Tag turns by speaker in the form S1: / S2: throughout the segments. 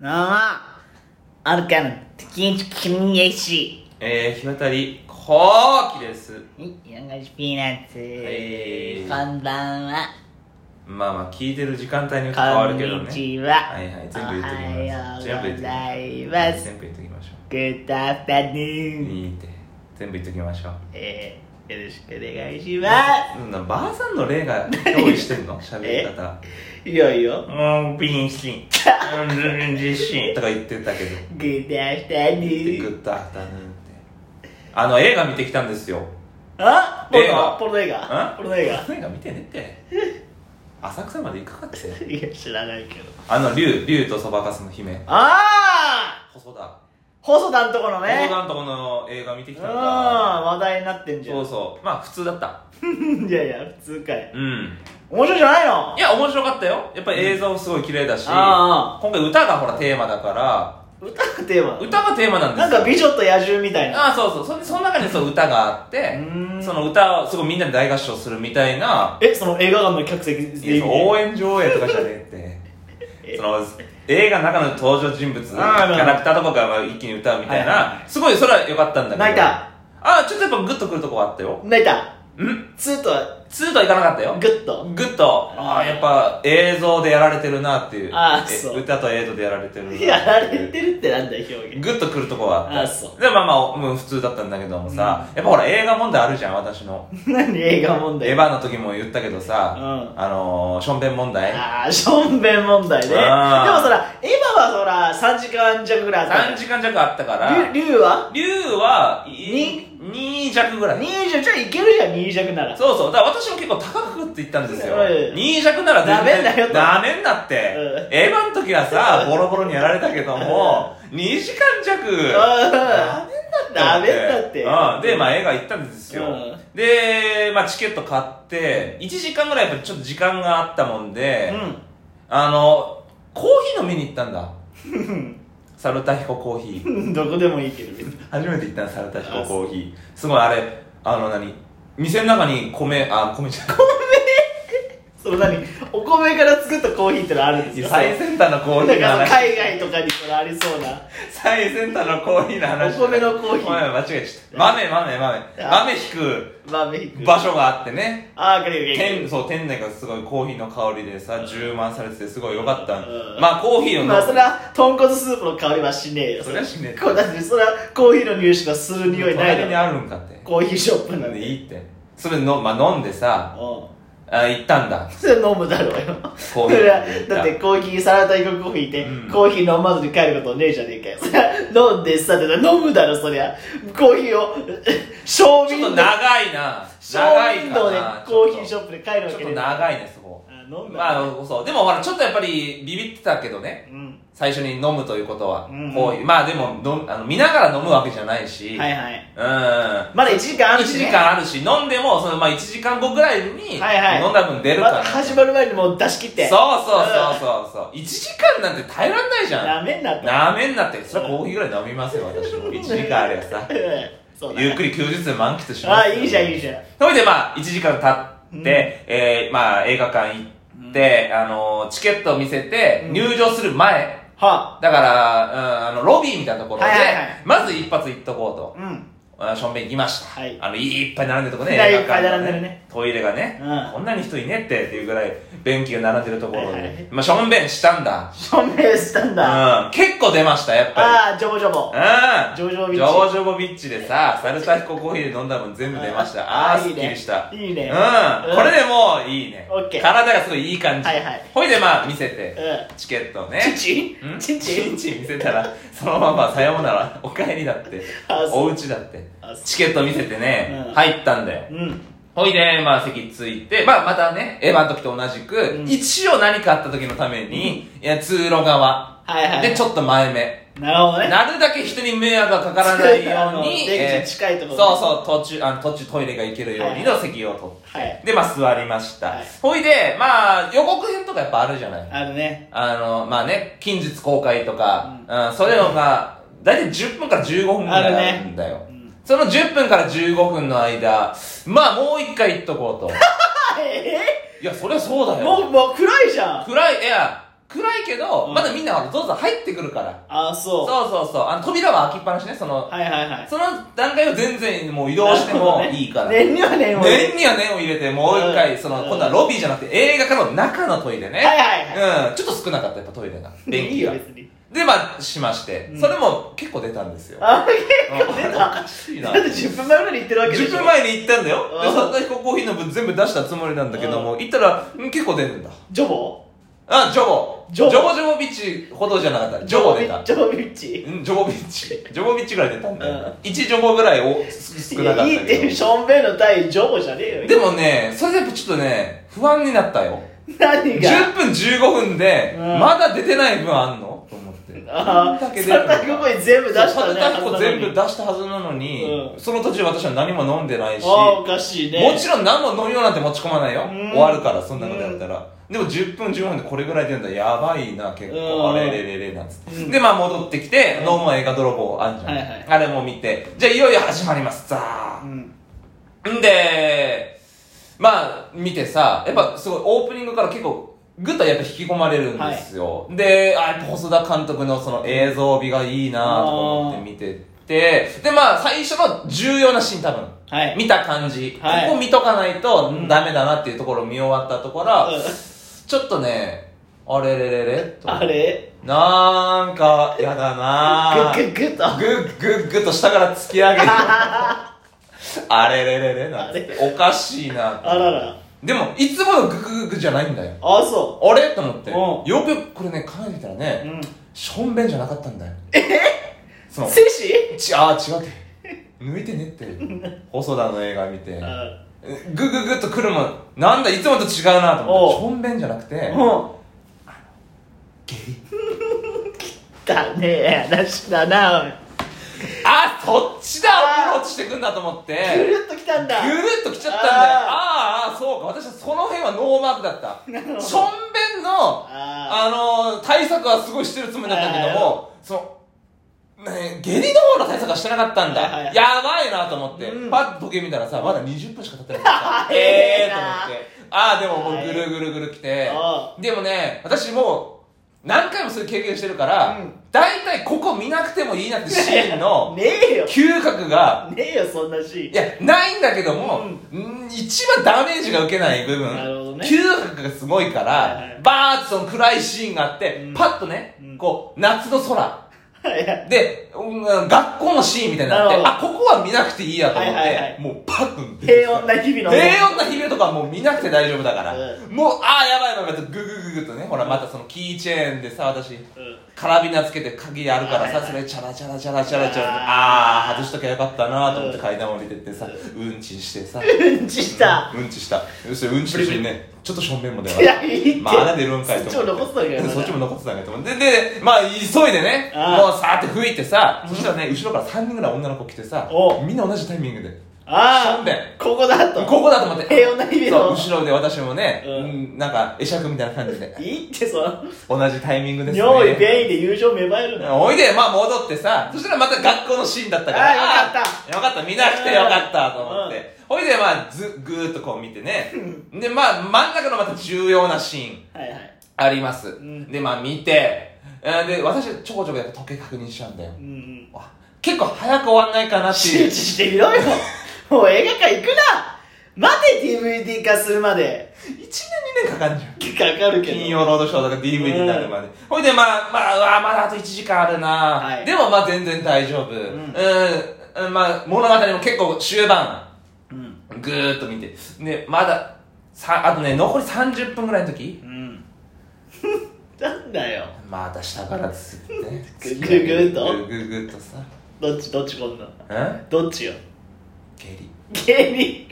S1: 生あるかの敵に君へし
S2: えー、日渡り後期です
S1: はい、ヤンガシピーナッツ、
S2: はい
S1: こんばんは
S2: まあまあ聞いてる時間帯によって変わ
S1: こ
S2: る
S1: ん
S2: けど
S1: に
S2: ね
S1: ちは、
S2: はいはい全部言っと
S1: お
S2: きま
S1: は
S2: す
S1: よ
S2: 全部言
S1: うご
S2: っとき
S1: ざい
S2: ま
S1: ますす
S2: 全部言っときましょ
S1: Good afternoon
S2: ういいって全部言っときましょう
S1: えー、よろしくお願いしま
S2: うんなばあさんの例が用意して んの喋り方
S1: すいよいよ
S2: うんビンシンうん自信とか言ってたけど
S1: Good
S2: で
S1: afternoon
S2: グッドアフタヌーンってあの映画見てきたんですよ
S1: あポル
S2: 映画
S1: ノポルノ映
S2: ん
S1: 画ポルノ映画
S2: 映画見てねって浅草まで行かかって
S1: いや知らないけど
S2: あの竜竜とそばかすの姫
S1: ああ
S2: 細田
S1: 細田んとこの
S2: 細
S1: ね
S2: 田のとこの映画見てき
S1: うん
S2: たんだ
S1: 話題になってんじゃ
S2: そうんそうまあ普通だった
S1: いやいや普通かい
S2: うん
S1: 面白いじゃないの
S2: いや面白かったよやっぱり映像すごい綺麗だし、
S1: うんあ
S2: 今回歌がほらテーマだから
S1: 歌がテーマ
S2: 歌がテーマなんです
S1: なん
S2: よ
S1: か美女と野獣みたいな
S2: ああそうそうそんでその中にそう歌があって
S1: うん
S2: その歌をすごいみんなで大合唱するみたいな
S1: えその映画館の客席で
S2: いやそう応援上映とかじゃねえっ て
S1: え
S2: その映画の中の登場人物キ
S1: あー
S2: ャラクターとかがまあ一気に歌うみたい
S1: はいはい
S2: なすごいそれは良かったんだけど
S1: 泣いた
S2: ああちょっとやっぱグッとくるとこはあったよ
S1: 泣いた
S2: うん
S1: ツーとは
S2: 2とはいかなかったよ
S1: グッと
S2: グッとああやっぱ映像でやられてるなっていう
S1: あーそう
S2: え歌と映像でやられてるなっていう
S1: やられてるってなんだよ表現
S2: グッとくるとこはあ
S1: あー
S2: った
S1: そう
S2: でまあまあもう普通だったんだけどもさ、やっぱほら映画問題あるじゃん私の
S1: 何映画問題
S2: エヴァの時も言ったけどさ、
S1: うん
S2: あのー、ションベン問題
S1: ああしょんべん問題ねでも
S2: あー
S1: そらエヴァはそら3時間弱ぐらいあ
S2: 3
S1: っ
S2: 時間弱あったか
S1: た
S2: ら
S1: 竜竜は
S2: 竜は
S1: に
S2: 2弱ぐらい
S1: 2弱じゃあいけるじゃん2弱なら
S2: そうそうだから私も結構高くって言ったんですよ
S1: うん
S2: 2弱なら
S1: ダメだよと
S2: ダメんだって、
S1: う
S2: エヴァの時はさボロボロにやられたけども2時間弱
S1: あ
S2: ダ
S1: ダ
S2: メ
S1: メ
S2: だ
S1: だっ
S2: っ
S1: てて
S2: うん、でまあ映画行ったんですよ、
S1: う
S2: で、まあ、チケット買って1時間ぐらいやっぱちょっと時間があったもんで、あのコーヒー飲みに行った んだサルタヒココーヒー
S1: うん どこでもいいけど別に
S2: 初めて行ったのサルタヒココーヒーすごいあれあの何店の中に米あ米じゃない
S1: その何お米から作ったコーヒーってのあるんですよ
S2: 最先端のコーヒーの
S1: なんか
S2: 話
S1: 海外とかにそれありそうな
S2: 最先端のコーヒーの話
S1: お米のコーヒー
S2: お前間違えちゃった豆豆豆豆引く
S1: まあメイク
S2: 場所があってね
S1: ああかりか
S2: 店そう店内がすごいコーヒーの香りでさ充満されててすごい良かった、
S1: うん
S2: まあコーヒーを飲む、
S1: まあそれは豚骨スープの香りはしねえよ
S2: それはしねえ
S1: こうだってそれはコーヒーの匂いしかする匂いない
S2: 隣に
S1: の
S2: あるんかって
S1: コーヒーショップなん
S2: で
S1: で
S2: いいってそれの、まあ、飲んでさ
S1: うん
S2: あ行ったんだ
S1: それ飲むだろうよ
S2: コー
S1: そ
S2: ヒー
S1: れはだってコーヒーサラダイココーヒーって、
S2: うん
S1: コーヒー飲まずに帰ることねえじゃねえかよそりゃ飲んでさって飲むだろそりゃコーヒーを賞味
S2: ちょっ
S1: の
S2: と長いな
S1: 賞
S2: 長い
S1: 味
S2: か
S1: のね
S2: な
S1: コーヒーショ
S2: ょっ
S1: ップで帰る
S2: と
S1: わ
S2: ちょ
S1: けね
S2: っと
S1: え
S2: 長いねそこ
S1: あ飲んだ、
S2: まあそうでもほらちょっとやっぱりビビってたけどね
S1: うん
S2: 最初に飲むということは、
S1: うん
S2: コーヒーまあでも飲むあの見ながら飲むわけじゃないし、
S1: はいはい
S2: うん
S1: まだ1時間ある
S2: 1
S1: し、
S2: 時
S1: ね、
S2: 間あるし飲んでもその、まあ、1時間後ぐらいに、
S1: はいはい
S2: 飲んだ分出るか
S1: ま
S2: ら、
S1: た始まる前にもう出し切って
S2: そうそうそうそうそう1時間なんて耐えらんないじゃん
S1: ダメになった
S2: なめんなってそれはコーヒーぐらい飲みますよ私も1時間あればさ
S1: うん そうだ
S2: ゆっくり休日で満喫しま
S1: あ
S2: すよ
S1: いいじゃんいいじゃん
S2: それでまあ1時間経
S1: うん
S2: って、えーまあ、映画館行って、あのチケットを見せて、
S1: うん
S2: 入場する前
S1: は
S2: だから、うん、あのロビーみたいなところで、
S1: はいはいはい
S2: まず一発行っとこうと
S1: あうん
S2: あションベン行きました、
S1: はい
S2: あのいっぱい並んでるとこね
S1: いや
S2: 映画館
S1: いっぱい
S2: の
S1: 並んでるね
S2: トイレがね、
S1: うん
S2: こんなに人いねってっていうぐらい便器が並んでるところで、
S1: はいはい
S2: まあ、ションベンしたんだ、
S1: 署名したんだあ
S2: うん、結構出ましたやっぱ
S1: あージョボジョボ
S2: りうん
S1: ジョボジョボ
S2: ジ
S1: ビ
S2: ョ
S1: ッ
S2: ボ
S1: チ
S2: ジョボビッチでさサルサヒココーヒーで飲んだ分全部出ま したああー
S1: ー
S2: すっきりした
S1: いいねいいね
S2: うん、これでもういいね
S1: オッケー
S2: 体がすごいいい感じ、
S1: はいはい
S2: ほいでまあ見せて、
S1: う
S2: チケットをね
S1: んチンチ
S2: ん
S1: ンチンチ
S2: チン
S1: ン
S2: チン見せたらそのままさようならお帰りだって
S1: あそう
S2: お家だって
S1: あそう
S2: チケット見せてね、
S1: うん
S2: 入ったんだよ
S1: うん
S2: ほいでまあ席ついてまあまたねエヴァの時と同じく、
S1: うん
S2: 一応何かあった時のために、いや通路側
S1: はいはい
S2: でちょっと前目
S1: なるほどね
S2: なるだけ人に迷惑がかからない ように
S1: 電
S2: え
S1: 気
S2: ー
S1: 近いとこ
S2: そう
S1: ろ
S2: そう途中あの途中トイレが行けるようにの席を取って、
S1: はい
S2: でまあ座りました、
S1: はい
S2: ほいでまあ予告編とかやっぱあるじゃない
S1: あるね
S2: あの、まあね、近日公開とか、うん、それのが、だいたい10分から15分ぐらいあるんだよ。
S1: うん
S2: その10分から15分の間、まあもう一 回言っとこうと。
S1: あえ
S2: いや、そりゃそうだ
S1: ーも
S2: よ。
S1: うもう暗いじゃん
S2: 暗い、いや、暗いけど、
S1: うん
S2: まだみんなほら、どうぞ入ってくるから。
S1: ああ、
S2: そ
S1: そうう。
S2: そうそう。あの、扉は開きっぱなしね、その、
S1: はいはいはい。
S2: その段階を全然もう移動してもい いから。
S1: 年には年を。
S2: 念には念を入れて、もう一
S1: う
S2: 回、
S1: ん
S2: その、
S1: うん
S2: 今度はロビーじゃなくて映画館の中のトイレね。
S1: はいはい
S2: うん、ちょっと少なかった、やっぱトイレが。
S1: い
S2: 電
S1: い
S2: 気
S1: よ
S2: が。
S1: 別に。
S2: で、まあ、しまして
S1: う。ん
S2: それも結構出たんですよ。
S1: あ、
S2: うん
S1: 出た
S2: おかしい
S1: だ
S2: な
S1: っ。て10分前ぐらいに言ってるわけでしょ。
S2: 10分前に行ったんだよ。で、
S1: うん
S2: サタヒココーヒーの分全部出したつもりなんだけども、行ったら、うん結構出るんだ。
S1: ジョボ
S2: あ、ジョボ。
S1: ジョボ
S2: ジョボジョボビッチほどじゃなかった。ジョボ出た。
S1: ジョボビッチ。
S2: うん、ジョボビッチ。ジョボビッチぐらい出たんだ
S1: うん
S2: よ。1ジョボぐらいを少
S1: い
S2: なか
S1: や
S2: っ
S1: いい
S2: た
S1: っていう、
S2: け
S1: ションベンの対ジョボじゃねえよ。
S2: ど。でもね、それでやっぱちょっとね、不安になったよ。
S1: 何が
S2: 10分15分で、
S1: うん
S2: まだ出てない分あんのと思って。
S1: ああ、
S2: だけ出
S1: サタヒコ声全部出したね。
S2: サタヒコ全部出したはずなのに、
S1: うん
S2: その途中私は何も飲んでないし、
S1: ああ、おかしいね。
S2: もちろん何も飲みようなんて持ち込まないよ。
S1: うん
S2: 終わるから、そんなことやったら。でも10分15分でこれぐらい出るんだ。やばいな、結
S1: うん
S2: 構。あれれれれれなんつって。
S1: うん
S2: で、まあ戻ってきて
S1: う、ん
S2: ノーマン映画泥棒あんじゃん。
S1: はいはい
S2: あれも見て、じゃあいよいよ始まります。ザ
S1: うん。
S2: ー。んで、まあ見てさ、やっぱすごいオープニングから結構、ぐっとやっぱ引き込まれるんですよ。で、あ、やっぱ細田監督のその映像美がいいなとか思って見てて、で、まあ最初の重要なシーン多分。
S1: はい。
S2: 見た感じ、
S1: はい
S2: ここ見とかないと
S1: ん
S2: ダメだなっていうところを見終わったところ、ちょっとね、あれれれれと。
S1: あれ
S2: なんか、やだな
S1: グッグッグッと。
S2: ぐっぐっぐっと下から突き上げる。あれれれれなんて。おかしいな
S1: あらら。
S2: でも、いつものグッグッグッグじゃないんだよ。
S1: あ、そ
S2: あれと思って。よ
S1: う
S2: くよくこれね、考えてみたら
S1: う。う
S2: ね、
S1: ん。
S2: しょんべんじゃなかったんだよ。その、
S1: 精子
S2: ちあー違うって。抜いてねって。細田の映画見て。
S1: あ
S2: グググっと来るもんなんだいつもと違うなと思ってし
S1: お
S2: ょんべんじゃなくて
S1: うん。
S2: 下痢
S1: だねえ話だな、おい。
S2: あそっちだアプローチしてくんだと思って
S1: ぐるっときたんだ。
S2: ぐるっと来ちゃったんだよあ
S1: あ
S2: ーあーそうか私はその辺はノーマークだった
S1: なるほど
S2: しょんべんの
S1: あ
S2: あのー対策はすごいしてるつもりだったけど
S1: はいはい
S2: もそのね、下痢の方の対策はしてなかったんだ、
S1: はいはい
S2: やばいなと思って、
S1: うん
S2: パッと時計見たらさまだ20分しか経ってない からさ
S1: え
S2: え
S1: え
S2: え
S1: な
S2: と思ってああでももうぐるぐるぐる来て、
S1: あ
S2: でもね、私もう何回もそういう経験してるから
S1: うん、
S2: 大体、ここ見なくてもいいなってシーン の
S1: ねえよ。
S2: 嗅覚が、
S1: ねえよ、そんなシー
S2: い
S1: ン。
S2: や、ないんだけども、ん一番ダメージが受けない部分、
S1: なるほどね
S2: 嗅覚がすごいから、
S1: はいはい
S2: バーッとその暗いシーンがあって、
S1: うん
S2: パッとね、
S1: うん
S2: こう、夏の空。
S1: はいはい
S2: で、うん学校のシーンみたいになっ
S1: な
S2: て、
S1: る
S2: あ、ここは見なくていいやと思って、
S1: はいはいはい
S2: もうパッと
S1: 平穏な日々の。
S2: 平穏な日々とかはもう見なくて大丈夫だから、
S1: う
S2: もうああやばいやばいやばいとググググとねほらまたそのキーチェーンでさ私
S1: うん
S2: カラビナつけて鍵あるから
S1: はい
S2: さ
S1: はい
S2: それチャラチャラチャラチャラチャラって
S1: あ
S2: あ
S1: ー
S2: あー外しときゃよかったなと思って階段降りてってさうんちしてさうん
S1: うんちした。
S2: うんちしたそしてうんちと一緒にねちょっと正面も出
S1: いや、いいって。
S2: まあ、あれ出るんかいと
S1: そっちも
S2: 思
S1: 残
S2: っ
S1: すの
S2: て
S1: よ。
S2: そっちも残ってたんかいと思ってででまあ急いでね
S1: あー
S2: もうさーって吹いてさそしたらね後ろから3人ぐらい女の子来てさ
S1: お
S2: みんな同じタイミングで
S1: ああ。
S2: しょんべん
S1: ここだと。
S2: ここだと思って
S1: 平穏な日々の
S2: そう後ろで私もね、
S1: う
S2: うんん、なんか会釈みたいな感じで
S1: いいって、その、
S2: 同じタイミングですね
S1: 尿意便意で友情芽生えるな。
S2: おいでまあ戻ってさそしたらまた学校のシーンだったから
S1: あーよかった
S2: たよかった見なくてよかったと思ってほいでまあずぐーっとこう見てねでまあ真ん中のまた重要なシーン
S1: はいはい。
S2: あります、
S1: ん
S2: でまあ見てえーで私ちょこちょこやっぱ時計確認しちゃうんだよ
S1: うんうん。
S2: あ結構早く終わんないかなってい
S1: 周
S2: う
S1: 知してみろよ。もう映画館行くな。待て、DVD 化するまで。
S2: 1年2年かかんじゃん
S1: かかるけど。
S2: 金曜ロードショーとか DVD になるまで、ほいでまあまあうわまだあと1時間あるな、
S1: はい
S2: でもまあ全然大丈夫うんん、うんまあ物語も結構終盤
S1: うん。
S2: ぐーっと見てねまださあとね残り30分ぐらいの時
S1: うん。なんだよ。
S2: また下からつってね
S1: ぐぐぐーっと
S2: ぐぐぐーっとさ
S1: どっち、どっちこんなん。
S2: うん
S1: どっちよ。
S2: 下痢
S1: 芸人。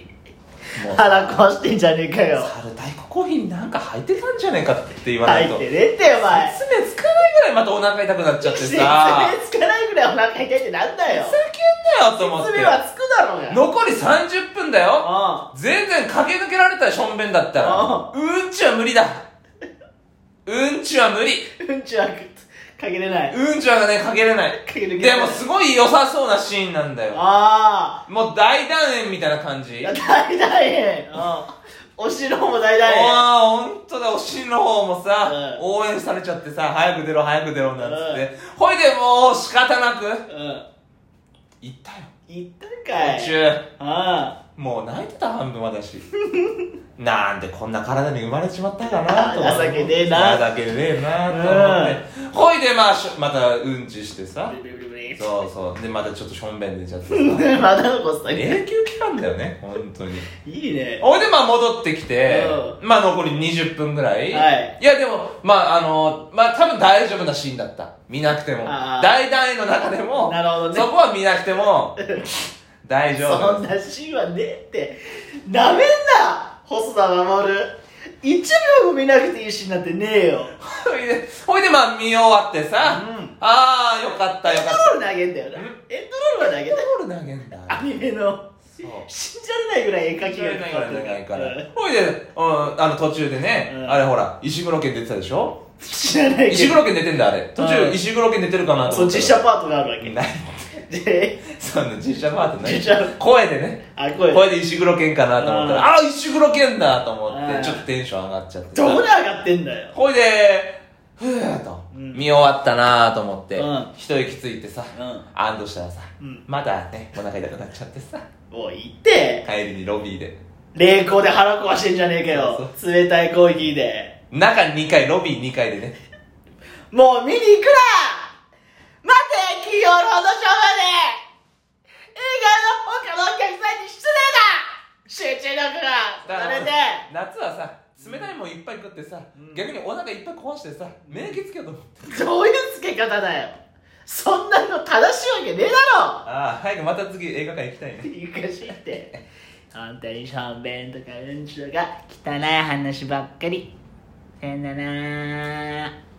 S2: もう
S1: 腹壊してんじゃねえかよ。
S2: 猿大根コーヒーになんか入ってたんじゃねえかって言わない
S1: 入
S2: と
S1: ってねってよ、お前。
S2: 説明つかないぐらいまたお腹痛くなっちゃって
S1: 説明
S2: さ
S1: つかないぐらいお腹痛いってなんだよ
S2: ふざけんなよと思って
S1: 説明はつくだろうが
S2: 残り30分だよ
S1: あ
S2: 全然駆け抜けられたよしょんべんだった
S1: あ
S2: らうんちは無理だうんちは無理
S1: あうんちはかけれない
S2: うんちはねかけれない
S1: かけれない
S2: でもすごい良さそうなシーンなんだよ
S1: あ
S2: もう大団円みたいな感じ
S1: あ大団円うんお城も大体
S2: ああ、ほんとだ、おしんの方もさ、
S1: うん
S2: 応援されちゃってさ、早く出ろ、早く出ろ、なんつって。ほいで、もう仕方なく、
S1: うん
S2: 行ったよ。
S1: 行ったんか
S2: 途
S1: い
S2: 中、
S1: あ
S2: もう泣いてた半分 私。なんでこんな体に生まれちまったかなと
S1: 情けねえな
S2: 情けねえなと思って。ほいで、まあ、しょまたうんちして
S1: あ
S2: さ
S1: ブ。リブリブリ
S2: そうそう。で、またちょっとしょんべん出ちゃってさ。
S1: まだ残すね
S2: 永久期間だよね、本当に。
S1: いいね
S2: ほいでまあ戻ってきて、
S1: う
S2: まあ残り20分ぐらい、
S1: はい、
S2: やでもまああのまあ多分大丈夫なシーンだった見なくても
S1: あー
S2: 大団円の中でも
S1: なるほどね
S2: そこは見なくて も大丈
S1: そん
S2: 夫
S1: なシーンはねえってなめんな細田守1秒も見なくていいシーンなんてねえよ
S2: ほいでほいでまあ見終わってさ、
S1: うん
S2: ああよかったよ
S1: エ
S2: か
S1: ン
S2: っ
S1: ド
S2: た
S1: ロール投げんだよなエンドロールは投げ
S2: エ
S1: た
S2: ンドロール投げんだ
S1: アニメの
S2: そう
S1: 信じられないぐらい絵描きが
S2: ないからないか
S1: う
S2: ら
S1: ん
S2: ほいで、うん、あの途中でね、
S1: うん
S2: あれほら石黒家出てたでしょ
S1: 知らないけ
S2: 石
S1: ど
S2: 黒家出てんだあれ途
S1: う
S2: 中
S1: ん
S2: 石黒家出てるかなと
S1: そう
S2: 思った
S1: 実
S2: ら
S1: 写パートがあるわけ
S2: ない
S1: で
S2: その実写パートない
S1: 実写
S2: 声でね
S1: あこれ
S2: 声で石黒剣かなと思ったらああー石黒剣だと思っ
S1: う
S2: て
S1: ん
S2: ちょっとテンション上がっちゃって
S1: どこで上がってんだよ
S2: ほいでふーっと
S1: うん
S2: 見終わったなと思って
S1: うん
S2: 一息ついてさ
S1: うん
S2: 安堵したらさ
S1: うん
S2: まだねお腹痛くなっちゃってさ
S1: もう行って
S2: 帰りにロビーで
S1: 冷凍で腹壊してんじゃねえかよ冷たいコーヒーで
S2: 中2階ロビー2階でね
S1: もう見に行くな待て金曜ロードショーまで映画の他のお客さんに失礼だ集中力
S2: だ
S1: が
S2: か
S1: さ
S2: ら
S1: れて
S2: 夏はさ冷たいもんいっぱい食ってさ
S1: うん
S2: 逆にお腹いっぱい壊してさ免疫つけようと思って
S1: どういう付け方だよそんなの正しいわけねえだろ
S2: ああ早くまた次映画館行きたいね
S1: ゆかしいって本当にしょんべんとかうんちとか汚い話ばっかりさよなら